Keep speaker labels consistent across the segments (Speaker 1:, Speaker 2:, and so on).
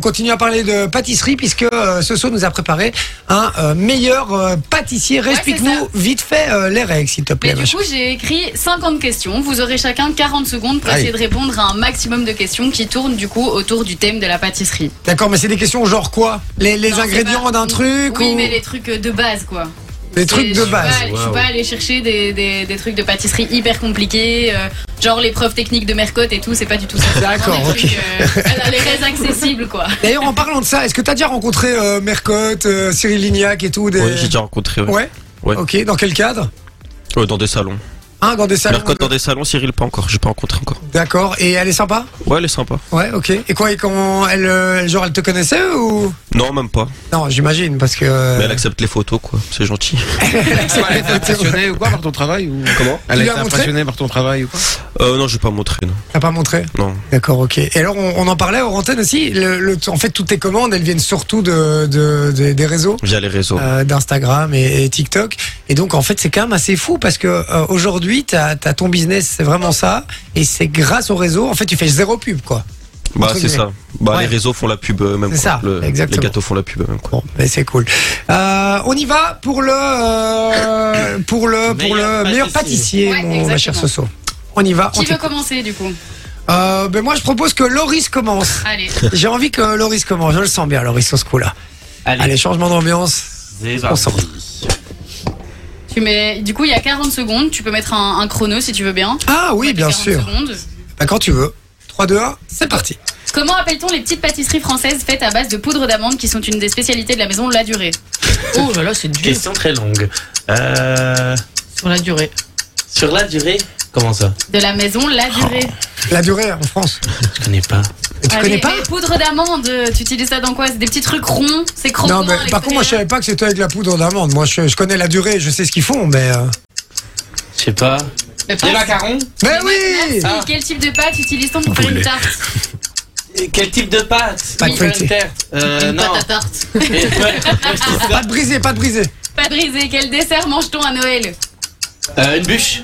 Speaker 1: continue à parler de pâtisserie puisque euh, Soso nous a préparé un euh, meilleur euh, pâtissier. Explique-nous vite fait euh, les règles, s'il te plaît.
Speaker 2: Mais du
Speaker 1: Vache.
Speaker 2: coup, j'ai écrit 50 questions. Vous aurez chacun 40 secondes pour
Speaker 1: Aïe.
Speaker 2: essayer de répondre à un maximum de questions qui tournent du coup autour du thème de la pâtisserie.
Speaker 1: D'accord, mais c'est des questions genre quoi Les, les
Speaker 2: Non, c'est
Speaker 1: ingrédients
Speaker 2: pas-
Speaker 1: d'un truc
Speaker 2: Oui,
Speaker 1: ou
Speaker 2: mais les trucs de base quoi.
Speaker 1: des
Speaker 2: Et
Speaker 1: trucs
Speaker 2: je
Speaker 1: de
Speaker 2: suis pas
Speaker 1: base
Speaker 2: allée- Je suis
Speaker 3: Waouh.
Speaker 2: pas allée chercher des, des- des trucs de pâtisserie hyper compliqués, euh, genre les preuves techniques de Mercotte et tout, c'est pas du tout ça. C'est vraiment
Speaker 1: D'accord,
Speaker 2: des trucs, euh, les raies accessibles quoi.
Speaker 1: D'ailleurs, en parlant de ça, est-ce que t'as déjà rencontré euh, Mercotte, euh, Cyril Lignac et tout des...
Speaker 3: Ouais, j'ai déjà rencontré ouais.
Speaker 1: Euh, Ouais
Speaker 3: Ouais.
Speaker 1: Ok, dans quel cadre
Speaker 3: Euh, dans des salons.
Speaker 1: Hein, dans des salons
Speaker 3: Mercotte dans des salons, Cyril pas encore, j'ai pas rencontré encore.
Speaker 1: D'accord, et elle est sympa
Speaker 3: Ouais, elle est sympa.
Speaker 1: Ouais, ok. Et quoi, et comment elle, euh, genre, elle te connaissait ou
Speaker 3: Non, même pas.
Speaker 1: Non, j'imagine, parce que. euh,
Speaker 3: Mais elle accepte les photos, quoi. C'est gentil.
Speaker 4: Elle a été impressionnée ou quoi par ton travail ou...
Speaker 3: Comment
Speaker 4: Elle
Speaker 1: Tu lui
Speaker 4: a
Speaker 1: as
Speaker 4: été
Speaker 1: montré
Speaker 4: impressionnée par ton travail ou quoi
Speaker 3: Euh, non, je vais pas montrer, non.
Speaker 1: T'as pas montré
Speaker 3: Non.
Speaker 1: D'accord, ok. Et alors, on, on en parlait aux antennes aussi. Le, le- en fait, toutes tes commandes, elles viennent surtout de, de- de- des réseaux.
Speaker 3: Via les réseaux.
Speaker 1: euh, d'Instagram et, et TikTok et donc en fait c'est quand même assez fou parce que euh, aujourd'hui t'as as ton business c'est vraiment ça et c'est grâce au réseau en fait tu fais zéro pub quoi
Speaker 3: bah,
Speaker 1: entre
Speaker 3: c'est ça. Bah,
Speaker 1: Ouais.
Speaker 3: les réseaux font la pub eux-mêmes.
Speaker 1: C'est
Speaker 3: quoi.
Speaker 1: ça,
Speaker 3: Le-
Speaker 1: exactement.
Speaker 3: Les gâteaux font la pub eux-mêmes, quoi.
Speaker 1: bon mais c'est cool Euh, on y va pour le euh, pour le pour le
Speaker 5: Meilleur
Speaker 1: meilleur pâtissier
Speaker 2: Ouais,
Speaker 1: mon ma chère
Speaker 2: exactement.
Speaker 1: Soso on y va on
Speaker 2: Qui veut
Speaker 1: t'écoute.
Speaker 2: commencer du coup
Speaker 1: Euh, ben moi je propose que Loris commence
Speaker 2: Allez.
Speaker 1: J'ai envie que Loris commence. Je le sens bien, Loris, sur ce coup-là. Allez, changement d'ambiance.
Speaker 5: c'est
Speaker 1: On
Speaker 5: parti.
Speaker 1: sort.
Speaker 2: Tu mets, du coup, il y a 40 secondes. Tu peux mettre un, un chrono si tu veux bien.
Speaker 1: Ah oui,
Speaker 2: Ouais,
Speaker 1: bien
Speaker 2: 40
Speaker 1: sûr.
Speaker 2: secondes.
Speaker 1: Bah, quand tu veux. 3, 2, 1, c'est parti.
Speaker 2: Comment appelle-t-on les petites pâtisseries françaises faites à base de poudre d'amande qui sont une des spécialités de la maison La Durée
Speaker 6: Oh là là, c'est dur
Speaker 5: Question très longue. Euh,
Speaker 6: sur la durée.
Speaker 5: sur la durée, comment ça
Speaker 2: De la maison La
Speaker 1: Oh,
Speaker 2: Durée.
Speaker 1: La durée en France.
Speaker 5: Je connais pas.
Speaker 1: Mais tu
Speaker 2: Allez,
Speaker 1: connais pas
Speaker 2: mais poudre d'amande, tu utilises ça dans quoi C'est des petits trucs ronds C'est creux
Speaker 1: Non, mais par contre, moi je savais pas que c'était avec la poudre d'amande. Moi je, je connais la durée, je sais ce qu'ils font, mais. euh,
Speaker 5: Je sais pas.
Speaker 6: Les
Speaker 5: macarons
Speaker 1: Mais Ah oui
Speaker 2: Ah Merci. Quel type de pâte utilise-t-on pour faire une tarte
Speaker 5: Quel type de pâte
Speaker 1: Pâte
Speaker 5: Oui, faire
Speaker 1: feuilletée.
Speaker 5: une tarte. Euh,
Speaker 6: Une
Speaker 5: non.
Speaker 6: pâte à tarte.
Speaker 5: Mais ouais, moi, je dis
Speaker 1: Pas de brisé, pas de brisé.
Speaker 2: Pas brisé, quel dessert mange-t-on à Noël
Speaker 5: ça. Euh, une bûche.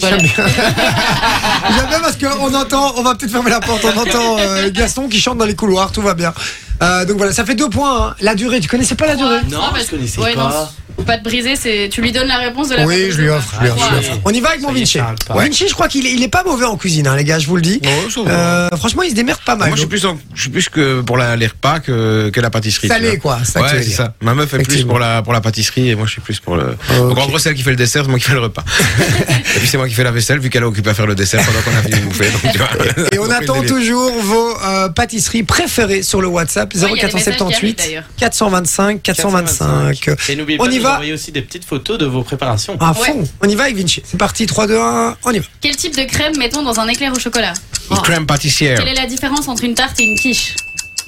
Speaker 6: Voilà.
Speaker 1: J'aime bien parce qu'on entend, on va peut-être fermer la porte, on entend euh, Gaston qui chante dans les couloirs, tout va bien. Euh, donc voilà, ça fait deux points. hein. La durée, tu connaissais pas la durée
Speaker 2: Trois, trois,
Speaker 5: Non,
Speaker 2: parce-
Speaker 5: je connaissais
Speaker 2: ouais,
Speaker 5: pas.
Speaker 2: non. Pas de brisé, c'est tu lui donnes la réponse de la Ah,
Speaker 1: Oui,
Speaker 2: pâte
Speaker 1: je lui offre. je lui offre, je lui offre.
Speaker 5: Ouais.
Speaker 1: On y va avec mon
Speaker 5: Ça y est,
Speaker 1: Vinci.
Speaker 5: Charles part.
Speaker 1: Ouais. Vinci, je crois qu'il est, il est pas mauvais en cuisine, hein, les gars, je vous le dis.
Speaker 4: Oh, ça va.
Speaker 1: Euh, franchement, il se démerde pas mal.
Speaker 4: Moi, je suis
Speaker 1: Donc,
Speaker 4: plus, en- je suis plus que pour la, les repas que, que la pâtisserie. tu
Speaker 1: Salé,
Speaker 4: vois.
Speaker 1: quoi. ça que tu veux
Speaker 4: hein. Ouais, c'est
Speaker 1: dire.
Speaker 4: ça. Ma meuf est plus
Speaker 1: Effectivement. Ah,
Speaker 4: pour la, pour la pâtisserie et moi, je suis plus pour le. Donc, en
Speaker 1: Ok.
Speaker 4: gros, c'est elle qui fait le dessert, c'est moi qui fais le repas. et puis, c'est moi qui fais la vaisselle, vu qu'elle est occupée à faire le dessert pendant qu'on a fini de bouffer. Donc, tu vois.
Speaker 1: Et on
Speaker 4: Donc,
Speaker 1: attend
Speaker 4: les-
Speaker 1: toujours vos euh, pâtisseries préférées sur le WhatsApp
Speaker 2: Ouais, il y a des messages qui arrivent,
Speaker 1: 0478 425
Speaker 2: d'ailleurs.
Speaker 1: 425.
Speaker 5: Et n'oubliez
Speaker 1: On
Speaker 5: pas
Speaker 1: y
Speaker 5: de nous
Speaker 1: va.
Speaker 5: envoyer aussi des petites photos de vos préparations.
Speaker 1: À Ah, fond, on y va avec Vinci. C'est parti, 3, 2, 1, on y va.
Speaker 2: Quel type de crème mettons dans un éclair au chocolat
Speaker 4: Une crème pâtissière.
Speaker 2: Quelle est la différence entre une tarte et une quiche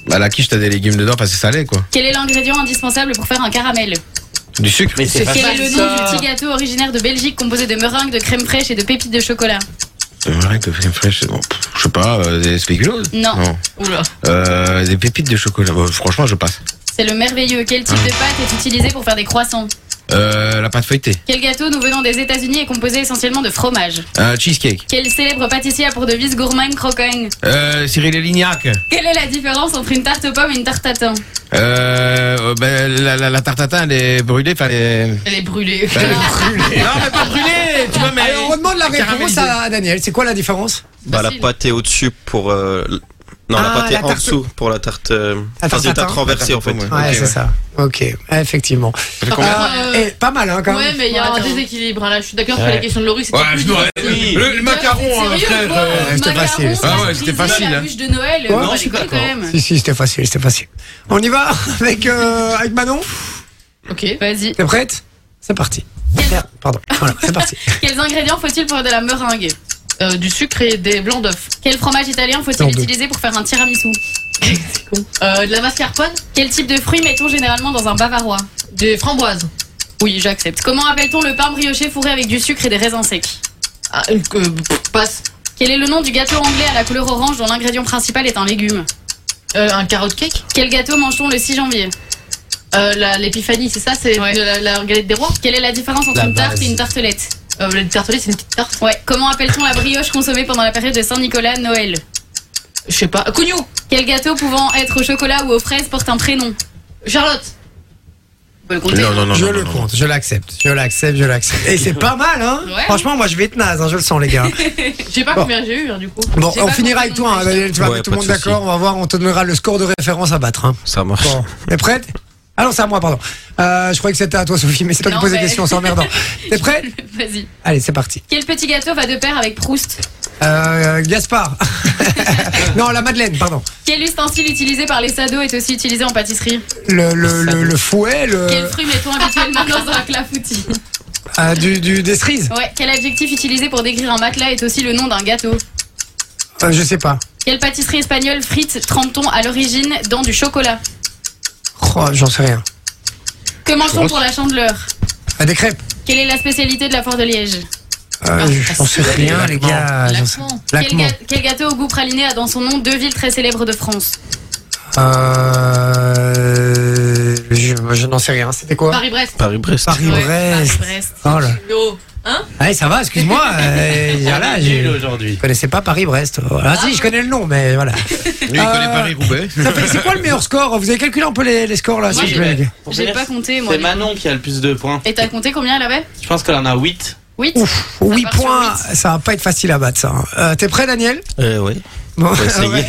Speaker 4: Bah, la quiche, t'as des légumes dedans, parce que c'est salé, quoi.
Speaker 2: Quel est l'ingrédient indispensable pour faire un caramel
Speaker 4: Du sucre.
Speaker 5: Mais c'est
Speaker 2: Quel est
Speaker 5: facile,
Speaker 2: le nom
Speaker 5: ça.
Speaker 2: du petit gâteau originaire de Belgique composé de meringues, de crème fraîche et de pépites de chocolat
Speaker 4: C'est vrai que Euh, crème fraîche, c'est bon. Pff, Je sais pas, euh, des spéculoos
Speaker 2: Non.
Speaker 6: Oula.
Speaker 4: Euh, des pépites de chocolat. Bah, franchement, je passe.
Speaker 2: C'est le merveilleux. Quel type de pâte est utilisé pour faire des croissants
Speaker 4: Euh, la pâte feuilletée.
Speaker 2: Quel gâteau nous venant des États-Unis est composé essentiellement de fromage
Speaker 4: Euh, cheesecake.
Speaker 2: Quel célèbre pâtissier a pour devise gourmand croquant
Speaker 4: Euh, Cyril et Lignac.
Speaker 2: Quelle est la différence entre une tarte aux pommes et une tarte à thym
Speaker 4: Euh, euh, ben, la, la, la tarte à thym, elle est brûlée. Enfin, elle est-
Speaker 6: Elle est brûlée.
Speaker 4: elle est brûlée. Non, mais pas brûlée. Tu vois, mais.
Speaker 1: Allez, on redemande la réponse
Speaker 4: caramélisé.
Speaker 1: à Daniel. C'est quoi la différence
Speaker 3: Bah, la
Speaker 2: facile.
Speaker 3: pâte est au-dessus pour. euh, l- Non,
Speaker 1: Ah,
Speaker 3: la pâte
Speaker 1: la
Speaker 3: est en
Speaker 1: tarte-
Speaker 3: dessous pour la tarte. euh,
Speaker 1: La
Speaker 3: enfin, c'est une
Speaker 1: tarte
Speaker 3: tarte renversée en fait.
Speaker 4: Ouais.
Speaker 1: Ouais,
Speaker 4: Ok,
Speaker 1: c'est
Speaker 4: ouais.
Speaker 1: ça. Ok, effectivement.
Speaker 4: fait combien
Speaker 1: Euh,
Speaker 6: Euh,
Speaker 1: eh, pas mal, hein, quand
Speaker 6: Ouais,
Speaker 1: même.
Speaker 6: mais il y a un
Speaker 2: Macaron.
Speaker 6: déséquilibre. hein, Là, je suis d'accord que
Speaker 5: Ouais.
Speaker 6: la question de Loris c'était
Speaker 4: Ouais,
Speaker 6: plus
Speaker 4: je dois.
Speaker 5: Oui.
Speaker 4: Le, le macaron, hein, frère. euh,
Speaker 1: ouais, c'était facile,
Speaker 4: ça. Ah ouais, c'était facile,
Speaker 2: La
Speaker 4: hein.
Speaker 2: bûche de Noël,
Speaker 1: Ouais,
Speaker 2: on
Speaker 5: non,
Speaker 2: va
Speaker 5: je suis
Speaker 2: les couilles,
Speaker 5: d'accord.
Speaker 2: quand même.
Speaker 1: Si, si, c'était facile, c'était facile. On y va avec, euh, avec Manon
Speaker 6: Ok.
Speaker 2: Vas-y.
Speaker 1: T'es prête C'est parti. Merde, Pardon, voilà, c'est parti.
Speaker 2: Quels ingrédients faut-il pour de la meringue
Speaker 6: Euh, du sucre et des blancs d'œufs.
Speaker 2: Quel fromage italien faut-il
Speaker 1: Non, deux.
Speaker 2: utiliser pour faire un tiramisu
Speaker 6: C'est con. Euh, de la mascarpone,
Speaker 2: Quel type de fruits mettons généralement dans un bavarois
Speaker 6: des framboises.
Speaker 2: Oui, j'accepte. Comment appelle-t-on le pain brioché fourré avec du sucre et des raisins secs
Speaker 6: Ah, une- euh, pff, passe.
Speaker 2: Quel est le nom du gâteau anglais à la couleur orange dont l'ingrédient principal est un légume
Speaker 6: Euh, un carotte cake.
Speaker 2: Quel gâteau mange-t-on le 6 janvier
Speaker 6: Euh, la- L'épiphanie, c'est ça C'est
Speaker 2: Ouais.
Speaker 6: de la, la galette des rois.
Speaker 2: Quelle est la différence entre
Speaker 5: La
Speaker 2: une tarte
Speaker 5: base.
Speaker 2: et une tartelette
Speaker 6: Euh, la tartelette, c'est une petite tarte.
Speaker 2: Ouais. Comment appelle-t-on la brioche consommée pendant la période de Saint-Nicolas, Noël
Speaker 6: Je sais pas. Euh, Cognou
Speaker 2: Quel gâteau pouvant être au chocolat ou aux fraises porte un prénom
Speaker 6: Charlotte
Speaker 2: On peut le compter.
Speaker 4: Non, non, non.
Speaker 1: je
Speaker 4: non,
Speaker 1: le
Speaker 4: non,
Speaker 1: compte, je l'accepte, je l'accepte, je l'accepte. Et c'est pas mal, hein
Speaker 2: Ouais.
Speaker 1: Franchement, moi je vais être naze, hein, je le sens, les gars.
Speaker 6: Je sais pas
Speaker 1: Bon.
Speaker 6: combien j'ai eu, hein, du coup.
Speaker 1: Bon,
Speaker 2: J'ai
Speaker 1: on
Speaker 2: pas
Speaker 1: finira avec
Speaker 2: compris
Speaker 1: toi,
Speaker 2: non
Speaker 1: hein,
Speaker 2: plus.
Speaker 1: Daniel, tu vas
Speaker 3: Ouais,
Speaker 1: mettre tout
Speaker 3: pas
Speaker 1: le monde
Speaker 3: de souci.
Speaker 1: d'accord, on va voir, on te donnera le score de référence à battre. Hein.
Speaker 3: Ça marche.
Speaker 1: Bon, t'es prête Alors c'est à moi, pardon. Euh, je croyais que c'était à toi, Sophie, mais c'est toi qui
Speaker 2: Non,
Speaker 1: poses des
Speaker 2: mais-
Speaker 1: questions, c'est emmerdant. T'es prête
Speaker 2: Vas-y.
Speaker 1: Allez, c'est parti.
Speaker 2: Quel petit gâteau va de pair avec Proust
Speaker 1: Euh, Gaspard. non, la Madeleine, pardon.
Speaker 2: Quel ustensile utilisé par les sados est aussi utilisé en pâtisserie
Speaker 1: Le, le, le, le fouet, le,
Speaker 2: Quel fruit met-on habituellement dans un clafoutis
Speaker 1: euh, du, du, des cerises.
Speaker 2: Ouais, quel adjectif utilisé pour décrire un matelas est aussi le nom d'un gâteau
Speaker 1: Euh, je sais pas.
Speaker 2: Quelle pâtisserie espagnole frite trempe-t-on à l'origine dans du chocolat
Speaker 1: Oh, J'en sais rien.
Speaker 2: Que mange-t-on
Speaker 4: Churros.
Speaker 2: pour la chandeleur
Speaker 1: Euh, des crêpes.
Speaker 2: Quelle est la spécialité de la foire de Liège
Speaker 3: Ah,
Speaker 1: Euh, J'en sais rien, les gars. j'en sais-
Speaker 6: Laquement.
Speaker 2: quel,
Speaker 1: Laquement.
Speaker 2: ga- quel gâteau au goût praliné a dans son nom deux villes très célèbres de France
Speaker 1: Euh, je je n'en sais rien. C'était quoi
Speaker 6: Paris-Brest.
Speaker 3: Paris-Brest.
Speaker 1: Paris-Brest.
Speaker 2: Brest.
Speaker 1: Oh là. Ah,
Speaker 6: Yo. Hein
Speaker 1: Ouais, ça va, excuse-moi. euh, voilà, je
Speaker 5: nul
Speaker 1: je
Speaker 5: aujourd'hui.
Speaker 1: connaissais pas Paris-Brest. Ah si, je connais le nom, mais voilà.
Speaker 4: non. Lui, il connaît Paris-Roubaix.
Speaker 1: Ça fait- C'est quoi le meilleur score Vous avez calculé un peu les, les scores là
Speaker 2: Moi,
Speaker 1: Ah, si je
Speaker 2: j'ai-
Speaker 1: blague
Speaker 5: Pour
Speaker 2: J'ai
Speaker 5: finir,
Speaker 2: pas compté, moi.
Speaker 5: C'est Manon qui a le plus de points.
Speaker 2: Et t'as compté combien elle avait
Speaker 5: Je pense qu'elle en a 8.
Speaker 2: 8
Speaker 1: Ouf, 8
Speaker 2: part sur
Speaker 1: points, ça va pas être facile à battre ça. hein. Euh, T'es prêt Daniel
Speaker 3: Euh, ouais.
Speaker 1: Bon,
Speaker 3: va essayer.
Speaker 1: ouais.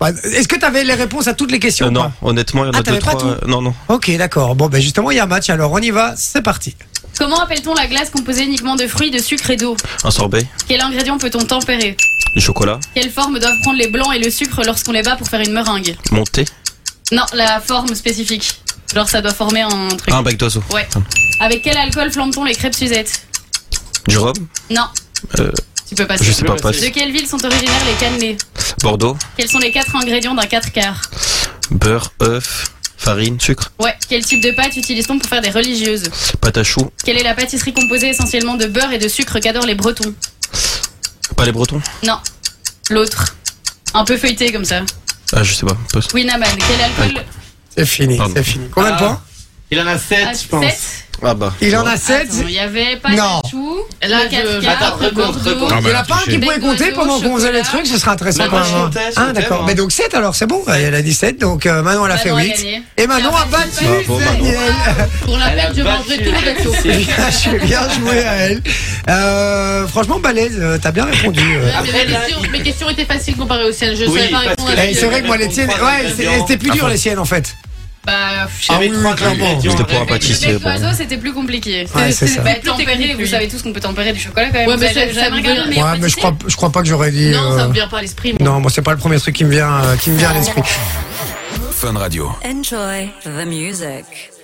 Speaker 1: Bah, Est-ce que t'avais les réponses à toutes les questions
Speaker 3: Euh,
Speaker 1: ou
Speaker 3: non,
Speaker 1: pas
Speaker 3: honnêtement, il y en a
Speaker 1: Ah,
Speaker 3: deux,
Speaker 1: t'avais pas
Speaker 3: trois. euh, non, non.
Speaker 1: Ok, d'accord. Bon, ben justement, il y a un match, alors on y va, c'est parti.
Speaker 2: Comment appelle-t-on la glace composée uniquement de fruits, de sucre et d'eau
Speaker 3: Un sorbet,
Speaker 2: Quel ingrédient peut-on tempérer
Speaker 3: du chocolat,
Speaker 2: Quelle forme doivent prendre les blancs et le sucre lorsqu'on les bat pour faire une meringue
Speaker 3: mon thé,
Speaker 2: Non, la forme spécifique. Genre ça doit former un truc.
Speaker 3: un bec d'oiseau,
Speaker 2: Ouais. Avec quel alcool flambe-t-on les crêpes Suzette
Speaker 3: du rhum,
Speaker 2: Non.
Speaker 3: Euh,
Speaker 2: Tu peux passer.
Speaker 3: je sais pas,
Speaker 5: Je
Speaker 3: passe.
Speaker 2: De quelle ville sont originaires les cannelés
Speaker 3: Bordeaux,
Speaker 2: Quels sont les quatre ingrédients d'un 4 quarts
Speaker 3: beurre, œuf, farine, sucre,
Speaker 2: Ouais. Quel type de pâte utilise-t-on pour faire des religieuses
Speaker 3: pâte à choux,
Speaker 2: Quelle est la pâtisserie composée essentiellement de beurre et de sucre qu'adorent les Bretons
Speaker 3: palais breton.
Speaker 2: Non. L'autre. Un peu feuilleté comme ça.
Speaker 3: Ah, je sais pas. passe.
Speaker 2: Winaman, quel alcool
Speaker 1: C'est fini,
Speaker 3: Pardon.
Speaker 1: c'est fini. Combien de
Speaker 5: Ah.
Speaker 1: points
Speaker 5: Il en a
Speaker 2: Ah,
Speaker 5: 7, je pense.
Speaker 2: sept
Speaker 3: Ah bah.
Speaker 1: Il en a
Speaker 2: Attends,
Speaker 1: 7.
Speaker 2: Il y avait pas
Speaker 1: Non.
Speaker 2: de chou. le
Speaker 6: Là, je-
Speaker 2: quatre
Speaker 5: Attends,
Speaker 2: quarts, le
Speaker 5: recompte,
Speaker 2: Bordeaux.
Speaker 5: recompte.
Speaker 1: Il y en a pas un qui
Speaker 4: touché.
Speaker 1: pouvait
Speaker 2: Bec d'oiseau,
Speaker 1: compter pendant qu'on faisait les
Speaker 2: chocolat.
Speaker 1: trucs, ce sera intéressant
Speaker 5: Bah,
Speaker 1: quand
Speaker 5: moi,
Speaker 1: même.
Speaker 5: je
Speaker 1: hein.
Speaker 5: comptais, je
Speaker 1: Ah,
Speaker 5: comptais,
Speaker 1: d'accord.
Speaker 5: moi.
Speaker 1: Mais donc 7 alors, c'est bon. Elle a dit 7, donc euh, Manon elle a fait
Speaker 2: Manon a
Speaker 1: 8.
Speaker 2: gagné.
Speaker 1: Et Manon a
Speaker 2: Bravo,
Speaker 1: battu
Speaker 3: Manon.
Speaker 1: Daniel. Eh
Speaker 6: Pour la
Speaker 5: Elle a
Speaker 6: peine, je mangerai
Speaker 5: battu
Speaker 6: tous les
Speaker 5: la
Speaker 6: gâteaux.
Speaker 5: Russie.
Speaker 1: Bien joué, bien joué à elle. Euh, franchement, balèze, euh, t'as bien répondu. euh.
Speaker 6: Ah, mais mes questions- Mes questions étaient faciles comparées aux siennes. Je
Speaker 5: Oui,
Speaker 6: savais pas
Speaker 5: parce
Speaker 6: répondre à
Speaker 5: que-
Speaker 6: la
Speaker 1: Eh, c'est vrai que moi, les tiennes. Ouais, c'est- c'était plus dur les siennes en fait.
Speaker 2: Bah, pff,
Speaker 1: Ah
Speaker 5: J'avais
Speaker 1: oui,
Speaker 5: trois
Speaker 1: oui, clairement.
Speaker 5: ingrédients
Speaker 3: C'était
Speaker 5: à
Speaker 3: pour un
Speaker 5: régler.
Speaker 3: pâtissier.
Speaker 2: le bec
Speaker 3: bon.
Speaker 2: d'oiseau, c'était plus compliqué.
Speaker 1: Ouais, c'est ça.
Speaker 2: Bah,
Speaker 6: Plus
Speaker 2: tempéré,
Speaker 6: technique,
Speaker 2: vous
Speaker 6: oui.
Speaker 2: savez tous qu'on peut tempérer du chocolat quand même.
Speaker 6: Ouais,
Speaker 2: Vous
Speaker 6: mais
Speaker 2: avez
Speaker 6: ça- ça
Speaker 2: jamais
Speaker 6: me
Speaker 2: regardé
Speaker 6: vient-
Speaker 2: le meilleur
Speaker 1: Ouais, mais je
Speaker 2: pâtissier
Speaker 1: crois, je crois pas que j'aurais dit.
Speaker 6: Non, ça
Speaker 1: euh,
Speaker 6: me vient pas à l'esprit. moi.
Speaker 1: Non, moi, c'est pas le premier truc qui me vient, euh, qui me vient à l'esprit.
Speaker 4: Fun Radio.
Speaker 7: Enjoy the music.